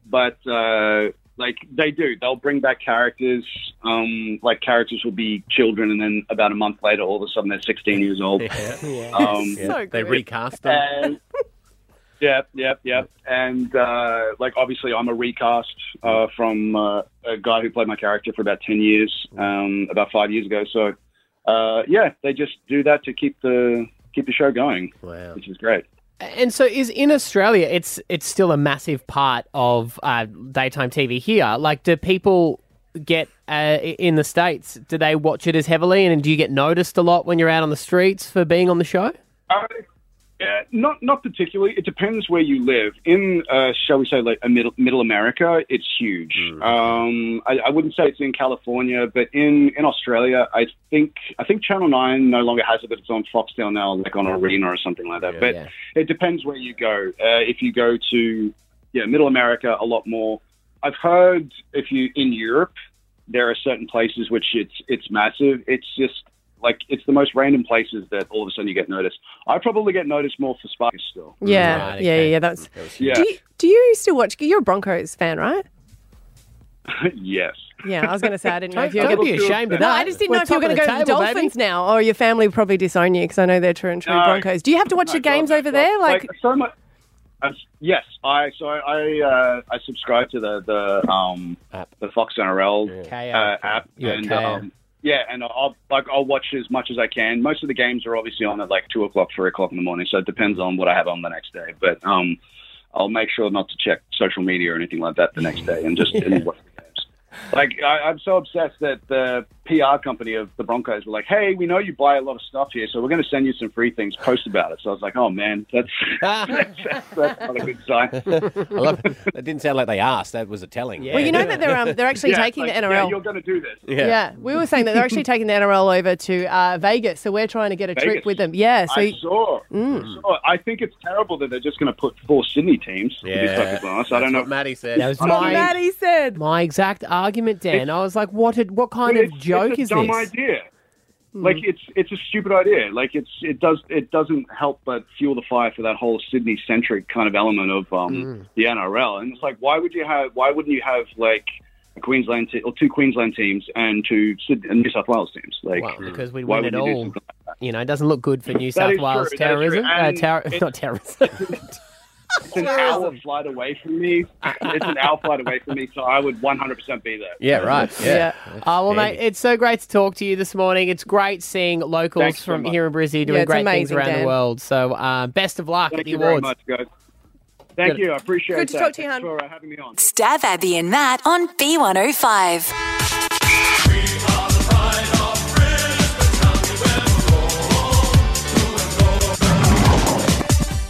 but uh, like they do, they'll bring back characters. Um, like characters will be children, and then about a month later, all of a sudden they're sixteen years old. Um,
Yeah, they recast them.
and yep, yep, yep. And uh, like obviously, I'm a recast uh, from uh, a guy who played my character for about ten years, um, about five years ago. So uh, yeah, they just do that to keep the keep the show going,
wow.
which is great.
And so, is in Australia, it's it's still a massive part of uh, daytime TV here. Like, do people get uh, in the states? Do they watch it as heavily? And do you get noticed a lot when you're out on the streets for being on the show?
Uh, yeah, not not particularly. It depends where you live. In uh, shall we say like a middle middle America, it's huge.
Hmm.
Um, I, I wouldn't say it's in California, but in in Australia, I think I think Channel Nine no longer has it, but it's on Foxtel now, like on Arena or something like that. but
yeah.
it depends where you go. Uh, if you go to yeah middle America, a lot more. I've heard if you in Europe, there are certain places which it's it's massive. It's just like it's the most random places that all of a sudden you get noticed. I probably get noticed more for Spartacus still.
Yeah, yeah, yeah, yeah. That's.
Yeah.
Do you, do you still watch? You're a Broncos fan, right?
yes.
Yeah, I was going to say I didn't know if you
Don't-
were
don't
gonna-
be ashamed of
No,
that.
I just didn't
We're
know if you were
top
going
of
to go
the
to the
table, baby.
Dolphins now, or your family probably disown you because I know they're true and true
No.
Broncos. Do you have to watch the games over there? Like,
so much. I, yes, I so I I, uh, I subscribe to the the um
App.
the Fox NRL
Okay,
uh, app
You're
and
okay.
um yeah, and I'll like I'll watch as much as I can. Most of the games are obviously on at like two o'clock, three o'clock in the morning, so it depends on what I have on the next day. But um, I'll make sure not to check social media or anything like that the next day, and just and watch the games. Like I, I'm so obsessed that the PR company of the Broncos were like, "Hey, we know you buy a lot of stuff here, so we're going to send you some free things. Post about it." So I was like, "Oh man, that's that's, that's, that's not a good sign."
I love, that didn't sound like they asked. That was a telling.
Yeah.
well, you know that they're um, they're actually
Yeah,
taking
like,
the NRL.
Yeah, you're going to do this.
Yeah.
Yeah. we were saying that they're actually taking the NRL over to uh, Vegas, so we're trying to get a trip
Vegas.
with them. Yeah, so Mm.
I saw. I saw. I think it's terrible that they're just going to put four Sydney teams. To be perfectly honest, I
That's
don't know.
What Maddie said.
That was
That's what
my
Maddie said.
my exact argument, Dan. I was like, what? Did, what kind
It's-
of joke
it's a
is
dumb
this? Hmm.
idea. Like it's it's a stupid idea. Like it's it does it doesn't help but fuel the fire for that whole Sydney centric kind of element of um,
Hmm.
the NRL. And it's like why would you have why wouldn't you have like a Queensland te- or two Queensland teams and two Syd- and New South Wales teams? Like
Well, because we
why
win it
would you do
all.
something
You know, it doesn't look good for New
That
South
is true,
Wales
that is true.
terrorism. Uh,
And
terror,
it-
not terrorism.
It's an hour
um,
flight away from me. It's an hour flight away from me, so I would 100% be there.
Yeah, right. Yeah.
Oh, well, mate, it's so great to talk to you this morning. It's great seeing locals
Thanks so
from
much.
here in Brisbane
Yeah,
doing
it's
great things
amazing,
around
Dan.
the world. So, um, best of luck at
Thank
the
you very
awards.
much, guys. Thank
Good.
you. I appreciate
Good to
that.
talk to
you, Thanks for uh, having me on.
Stab Abby and Matt on B105.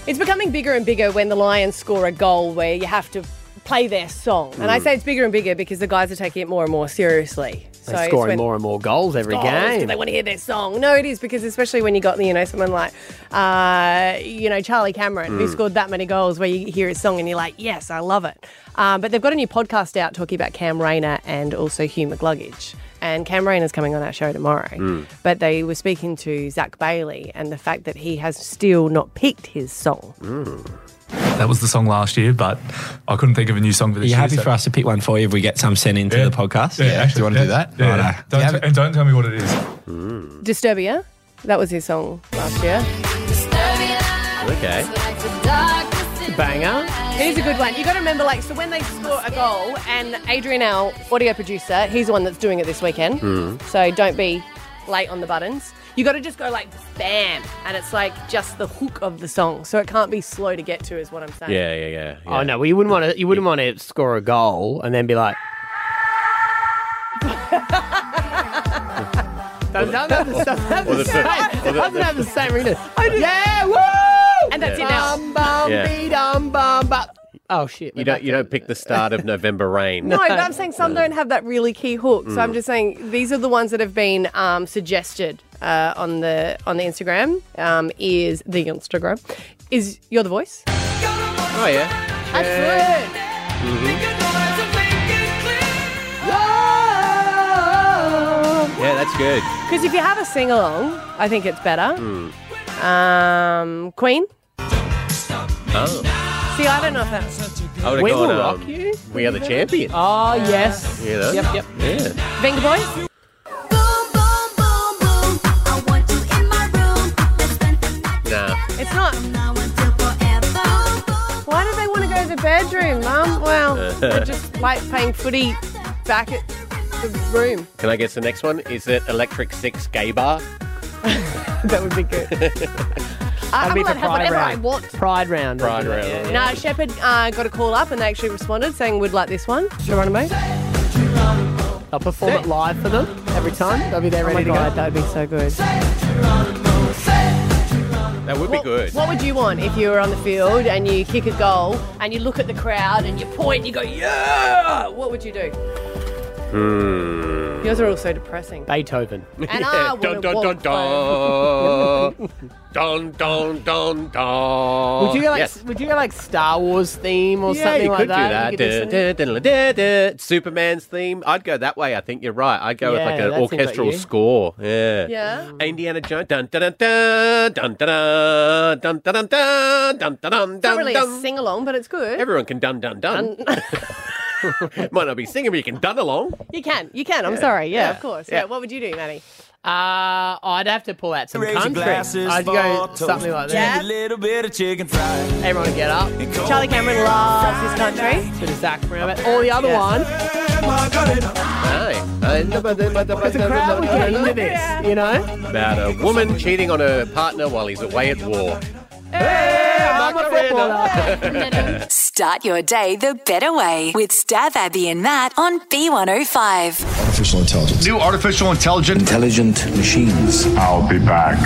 It's becoming bigger and bigger when the Lions score a goal where you have to play their song. And I
Mm.
say it's bigger and bigger because the guys are taking it more and more seriously.
They're
it's
scoring
when-
more and more goals every
goals, 'cause
game.
They want to hear their song. No, it is because especially when you got you know someone like uh, you know Charlie Cameron who
Mm.
scored that many goals, where you hear his song and you're like, yes, I love it. Um, but they've got a new podcast out talking about Cam Rayner and also Hugh McLuggage. And Cam Rayner's coming on our show tomorrow.
Mm.
But they were speaking to Zach Bailey and the fact that he has still not picked his song.
That was the song last year, but I couldn't think of a new song for this
Are you
year.
happy for us to pick one for you if we get some sent into the podcast?
Yeah,
do you want to do that?
Yeah.
Righto.
Don't
Yeah,
t-
but-
and don't tell me what it is.
Disturbia, that was his song last year.
Okay.
Banger.
It is a good one. You got to remember, like, so when they score a goal, and Adrian, our audio producer, he's the one that's doing it this
Mm.
weekend.
Mm-hmm.
So don't be late on the buttons. You got to just go like bam, and it's like just the hook of the song, so it can't be slow to get to, is what I'm saying.
Yeah, yeah, yeah.
Oh no, well, you wouldn't want to. You wouldn't want to score a goal and then be like, doesn't have the, doesn't have
Or
the
the-
same.
or the-
doesn't have the same ring. to it. Yeah, woo!
And that's
Yeah.
it now.
Bum bum
Yeah.
bee dum bum bum. Oh shit!
You don't. You don't pick the start of November rain.
No, but I'm saying some don't have that really key hook. So
Mm.
I'm just saying these are the ones that have been um, suggested uh, on the on the Instagram. Um, is the Instagram is you're the voice?
Oh yeah.
Absolutely.
Yeah, that's good.
Because if you have a sing along, I think it's better. Um, Queen.
Oh,
See, I don't know if that's
I would have
We
gone.
Will Rock
um,
You.
We are the champions.
Oh yes.
You know?
Yep. Yep.
Yeah.
Venga Boys.
Nah.
It's not. Why do they want to go to the bedroom, Mum? Well, they just like playing footy back at the room.
Can I guess the next one? Is it Electric Six Gay Bar?
that would be good. I, I'm
be
allowed
the
to
pride
have whatever I
round.
want.
Pride round.
Pride
Yeah,
round.
yeah, yeah.
No, Shepherd uh, got a call up and they actually responded saying we'd like this one. Geronimo.
I'll perform it live for them every time. They'll be there
Oh my
ready
god,
to
that'd be so good.
That would be good.
What would you want if you were on the field and you kick a goal and you look at the crowd and you point and you go, yeah? What would you do?
Hmm.
Yours are all so depressing.
Beethoven.
And I
dun, dun,
would've
dun,
walked
dun. dun, dun, dun,
go.
dun.
Would you go like
Yes.
Would you go like Star Wars theme or
yeah,
something
you
like
could
that?
do
You could some-
that. Dun, dun, dun, dun, dun. Superman's theme. I'd go that way. I think you're right. I'd go
Yeah,
with like
that
an
seems like
orchestral
you.
score. Yeah.
Yeah.
Indiana Jones. Dun dun dun dun dun dun dun dun dun dun dun dun.
It's not really a
dun.
sing along, but it's good.
Everyone can dun dun dun. Might not be singing, but you can dun along.
You can, you can. I'm
Yeah.
sorry. Yeah,
Yeah.
of course. Yeah.
Yeah.
What would you do, Maddie?
Uh, I'd have to pull out some
Raise your
country.
glasses
I'd go
for
something like
toast.
that.
Jazz?
little bit of chicken fried. Everyone get up.
Charlie Cameron loves his country.
Bit of Zach Brown. But all the other
Yeah.
one, the crowd would get into this, you know?
About a woman cheating on her partner while he's away at war.
Start your day the better way with Stab Abby and Matt on B105.
Artificial intelligence. New artificial intelligence. Intelligent machines. I'll be back.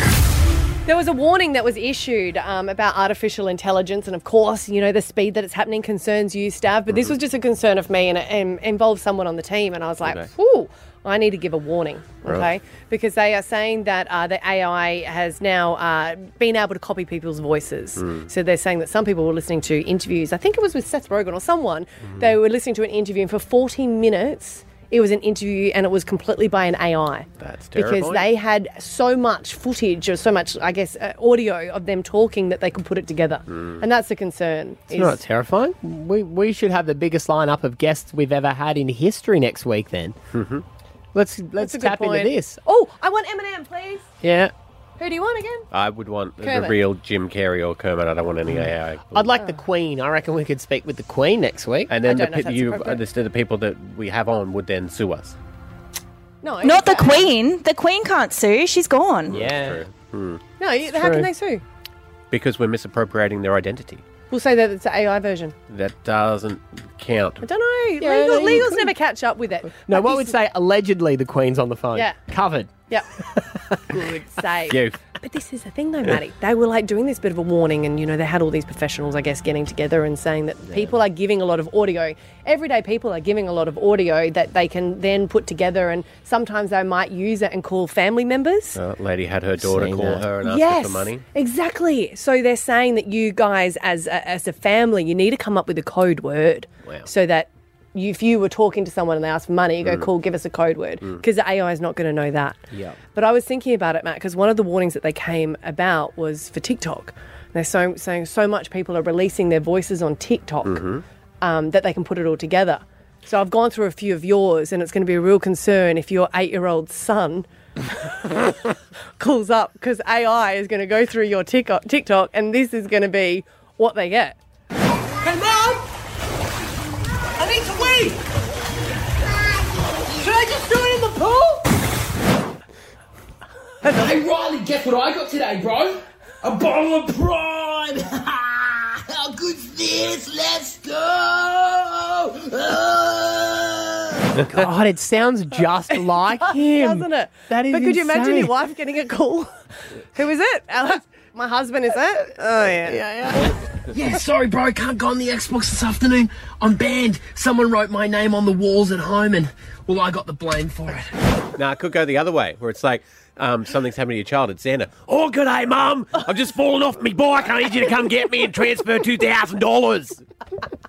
There was a warning that was issued um, about artificial intelligence, and of course, you know, the speed that it's happening concerns you, Stav, but this
Mm-hmm.
was just a concern of me and it um, involved someone on the team, and I was like,
Okay.
whew, I need to give a warning, okay?
Right.
Because they are saying that uh, the AI has now uh, been able to copy people's voices.
Mm.
So they're saying that some people were listening to interviews, I think it was with Seth Rogen or someone,
Mm-hmm.
they were listening to an interview, and for 14 minutes, it was an interview and it was completely by an AI. That's Because
terrifying.
they had so much footage or so much, I guess, uh, audio of them talking that they could put it together.
Mm.
And that's the concern.
It's not terrifying. We, we should have the biggest lineup of guests we've ever had in history next week then. let's let's
That's a good
tap into
point.
this.
Oh, I want Eminem, please.
Yeah.
Who do you want again?
I would want the
Kermit.
real Jim Carrey or Kermit. I don't want any AI.
I'd like
Oh.
the Queen. I reckon we could speak with the Queen next week.
And then
I
the,
don't know if
pe-
that's
you
appropriate.
understand the people that we have on would then sue us.
No,
Not the Queen. The Queen can't sue. She's gone.
Yeah. Hmm.
No, you, how
true.
can they sue?
Because we're misappropriating their identity.
We'll say that it's the AI version.
That doesn't count.
I don't know.
Yeah,
Legal,
no, you
legals
could.
never catch up with it.
No, what would say allegedly the Queen's on the phone?
Yeah.
Covered.
Yep. Good save.
You.
But this is the thing, though, Maddie. They were like doing this bit of a warning, and you know, they had all these professionals, I guess, getting together and saying that people are giving a lot of audio. Everyday people are giving a lot of audio that they can then put together, and sometimes they might use it and call family members.
Uh, lady had her daughter
Seen
call
that.
her and ask her
yes,
for money.
exactly. So they're saying that you guys, as a, as a family, you need to come up with a code word,
Wow.
so that you, if you were talking to someone and they asked for money, you go,
Mm.
"Cool, give us a code word,"
Mm.
because the AI is not going to know that.
Yeah.
But I was thinking about it, Matt, because one of the warnings that they came about was for TikTok. They're so, saying so much people are releasing their voices on TikTok
Mm-hmm.
um, that they can put it all together. So I've gone through a few of yours, and it's going to be a real concern if your eight-year-old son calls up because AI is going to go through your TikTok, TikTok, and this is going to be what they get.
Hey, Mom! I need to wee! Should I just do it in the pool? hey, Riley, guess what I got today, bro? A bottle of pride! How good's this? Let's go!
God, it sounds just like him.
doesn't it?
That is
But could you imagine your
insane.
wife getting a call? Who is it? Alex? My husband is it? Oh yeah, yeah, yeah.
Yeah, sorry, bro, can't go on the Xbox this afternoon. I'm banned. Someone wrote my name on the walls at home, and, well, I got the blame for it.
Now, it could go the other way, where it's like um, something's happened to your child. It's Xander. Oh, good day, Mum. I've just fallen off my bike. I need you to come get me and transfer $2,000.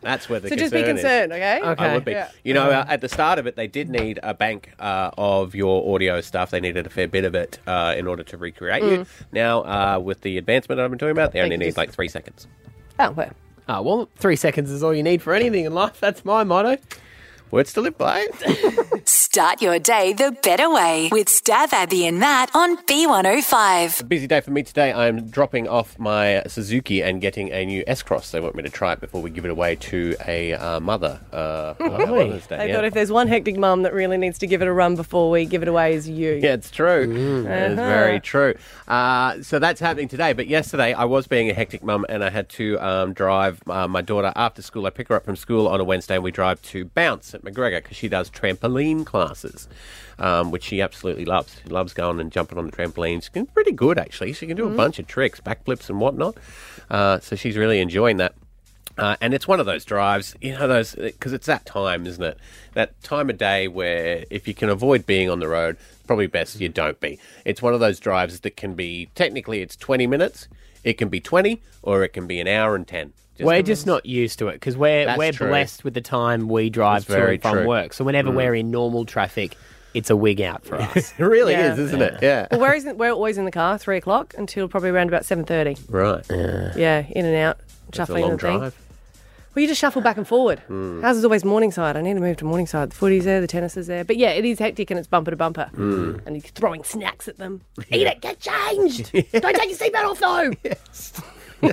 That's where the
So just be
is.
concerned, okay?
I would be.
Yeah.
You know, uh, at the start of it, they did need a bank uh, of your audio stuff. They needed a fair bit of it uh, in order to recreate you.
Mm.
Now, uh, with the advancement I've been talking about, they
They
only
can
need
just-
like three seconds.
Oh, well.
Ah, well, three seconds is all you need for anything in life. That's my motto.
Words to live by.
Start your day the better way with Stav, Abby, and Matt on B105.
A busy day for me today. I'm dropping off my Suzuki and getting a new S Cross. They want me to try it before we give it away to a uh, mother. Uh, for
Oh, Really?
Mother's Day,
They
yeah.
thought if there's one hectic mum that really needs to give it a run before we give it away is you.
Yeah, it's true. It's
Uh-huh.
very true. Uh, so that's happening today. But yesterday, I was being a hectic mum and I had to um, drive uh, my daughter after school. I pick her up from school on a Wednesday and we drive to Bounce at McGregor because she does trampoline classes, um, which she absolutely loves. She loves going and jumping on the trampolines. She's been pretty good, actually. She can do a
Mm.
Mhm.
bunch of tricks, backflips and whatnot. Uh, so she's really enjoying that. Uh, and it's one of those drives, you know, those because it's that time, isn't it? That time of day where if you can avoid being on the road, probably best you don't be. It's one of those drives that can be technically it's twenty minutes, it can be twenty, or it can be an hour and ten. Just
we're
depends.
just not used to it because we're
That's
we're
true.
blessed with the time we drive
That's very
to and
true.
from work. So whenever
Mm.
we're in normal traffic, it's a wig out for us.
it really is, isn't it? Yeah.
Well, we're, isn't, we're always in the car, three o'clock until probably around about seven thirty.
Right.
Yeah, in and out,
That's a
shuffling
long
the thing.
drive.
Well, you just shuffle back and forward.
Hmm.
Mm.
Ours is always Morningside. I need to move to Morningside. The footy's there, the tennis is there. But yeah, it is hectic and it's bumper to bumper.
Hmm.
Mm.
And you're throwing snacks at them. Eat it, get changed. Don't take your seatbelt off though.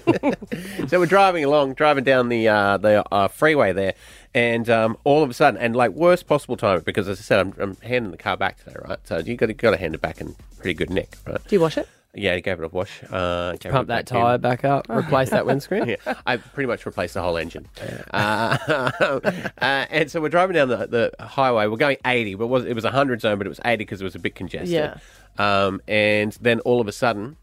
so we're driving along, driving down the uh, the uh, freeway there, and um, all of a sudden, and like worst possible time because as I said, I'm, I'm handing the car back today, right? So you got to got to hand it back in pretty good nick, right?
Do you wash it?
Yeah, I gave it a wash. Uh, gave
pump
it
that
in.
tyre back up, replace that windscreen?
yeah, I pretty much replaced the whole engine. Uh, uh, and so we're driving down the, the highway. We're going 80, but it was, it was 100 zone, but it was 80 because it was a bit congested.
Yeah.
Um, and then all of a sudden,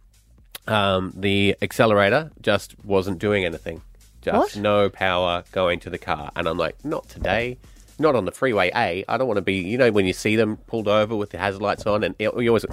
um, the accelerator just wasn't doing anything. Just
What?
no power going to the car. And I'm like, not today. Not on the freeway A. I don't want to be, you know, when you see them pulled over with the hazard lights on, and you always,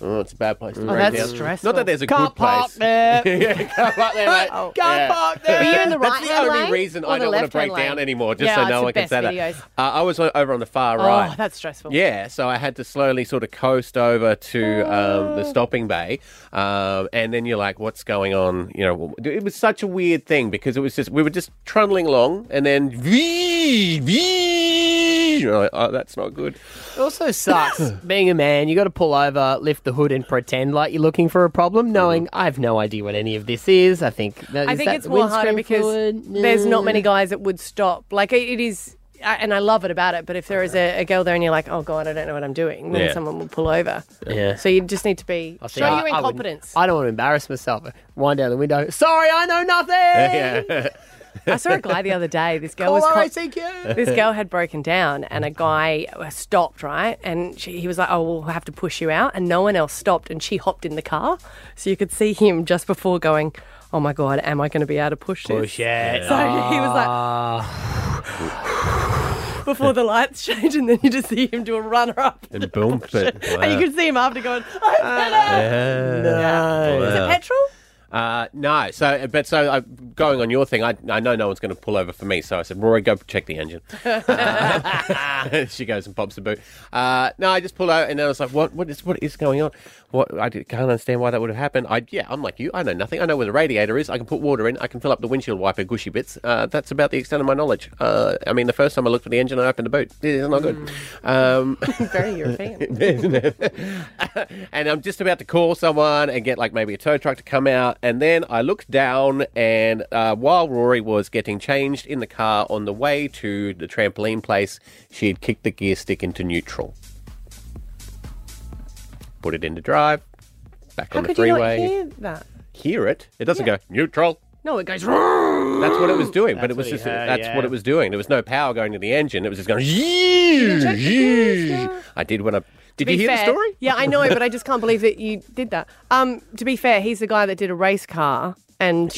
oh, it's a bad place to
Oh,
break
that's
down.
stressful.
Not that there's a
Car
good place.
park there.
yeah, car park there, mate.
Oh,
Car
yeah.
park there.
Were you in the
That's
right-hand
the only
lane
reason
or
I
the
don't want to
left-hand
break down
lane?
anymore, just
Yeah,
so
it's
no
the
one can
best
say
videos.
that. Uh, I was o- over on the far right.
Oh, that's stressful.
Yeah, so I had to slowly sort of coast over to um,
Oh.
the stopping bay, um, and then you're like, "What's going on?" You know, it was such a weird thing because it was just we were just trundling along, and then vee vee And I- oh, that's not good.
It also sucks being a man. You got to pull over, lift the hood, and pretend like you're looking for a
Mm.
problem, knowing I have no idea what any of this is. I think
I think it's more harder because there's not many guys that would stop. Like it it is, I- and I love it about it. But if there is a, a girl there and you're like, oh god, I don't know what I'm doing, then
Yeah.
someone will pull over.
Yeah.
So you just need to be
I think I-
show your
I wouldn't-
incompetence.
I, don't want to embarrass myself. Wind down the window. Sorry, I know nothing.
I saw a guy the other day. This girl
Call
was
RACQ.
this girl had broken down, and a guy stopped right, and she, he was like, "Oh, we'll have to push you out," and no one else stopped, and she hopped in the car, so you could see him just before going. Oh my God! Am I going to be able to push
Oh,
this?
Push it.
So he was like,
Ah.
Ah.
before the lights change, and then you just see him do a runner up,
And boom. But,
and you can see him after going, "I'm better."
No.
Is it petrol?
Uh, no. So, but so I, going on your thing, I, I know no one's going to pull over for me. So I said, Rory, go check the engine. she goes and pops the boot. Uh, no, I just pulled out, and then I was like, "What? What is? What is going on? What? I did- can't understand why that would have happened." I yeah, I'm like you. I know nothing. I know where the radiator is. I can put water in. I can fill up the windshield wiper gushy bits. Uh, that's about the extent of my knowledge. Uh, I mean, the first time I looked for the engine, I opened the boot. It's not good. Um,
Very European.
and I'm just about to call someone and get like maybe a tow truck to come out. And then I looked down, and uh, while Rory was getting changed in the car on the way to the trampoline place, she had kicked the gear stick into neutral, put it into drive, back
How
on the
could you not
freeway.
hear that?
Hear it? It doesn't go neutral.
No, it goes.
That's what it was doing, but
That's
it was
what he
just
heard,
that's
yeah.
what it was doing. There was no power going to the engine. It was just going.
you check the
I did when I
To
did. You
be
hear
fair-
the story?
Yeah, I know, but I just can't believe that you did that. Um, to be fair, he's the guy that did a race car, and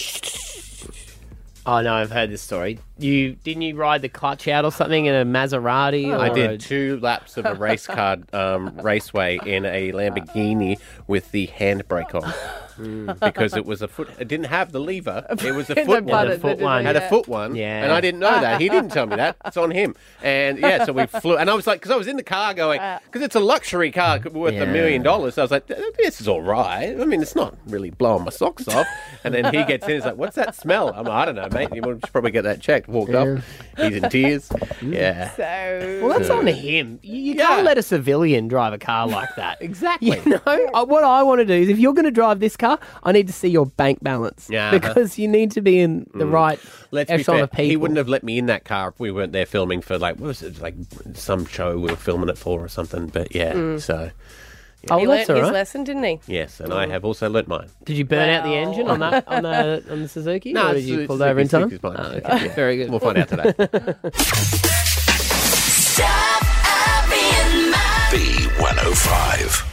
Oh no, I've heard this story. You didn't you ride the clutch out or something in a Maserati?
I
or
did
a-
two laps of a race car um, raceway in a Lamborghini with the handbrake on. because it was a foot. It didn't have the lever. It was a
The
foot one.
button, the different-
Had a
yeah.
foot one.
Yeah.
And I didn't know that. He didn't tell me that. It's on him. And yeah, so we flew. And I was like, because I was in the car going, because it's a luxury car worth
Uh.
a
Yeah.
million dollars. So I was like, this is all right. I mean, it's not really blowing my socks off. And then he gets in. He's like, what's that smell? I'm like, I don't know, mate. You should probably get that checked. Walked up. He's in tears.
Mm.
Yeah.
So
Well, that's
So-
on him. You, you can't let a civilian drive a car like that. exactly. You know, Uh, what I want to do is if you're going to drive this car, I need to see your bank balance.
Yeah.
Because you need to be in the
Mm.
right
Let's be
echelon
fair,
of people.
He wouldn't have let me in that car if we weren't there filming for like what was it like some show we were filming it for or something. But yeah,
Mm.
so yeah.
he learnt his lesson, didn't he?
Yes, and
Mm.
I have also learnt mine.
Oh, Did you burn out the engine on that on the on the Suzuki?
No,
or did you
it's-
pull
it's-
over in
it's-
time?
it's mine.
Oh, okay.
Yeah.
Very good.
We'll find out today.
Stab Abby and Matt.
B105.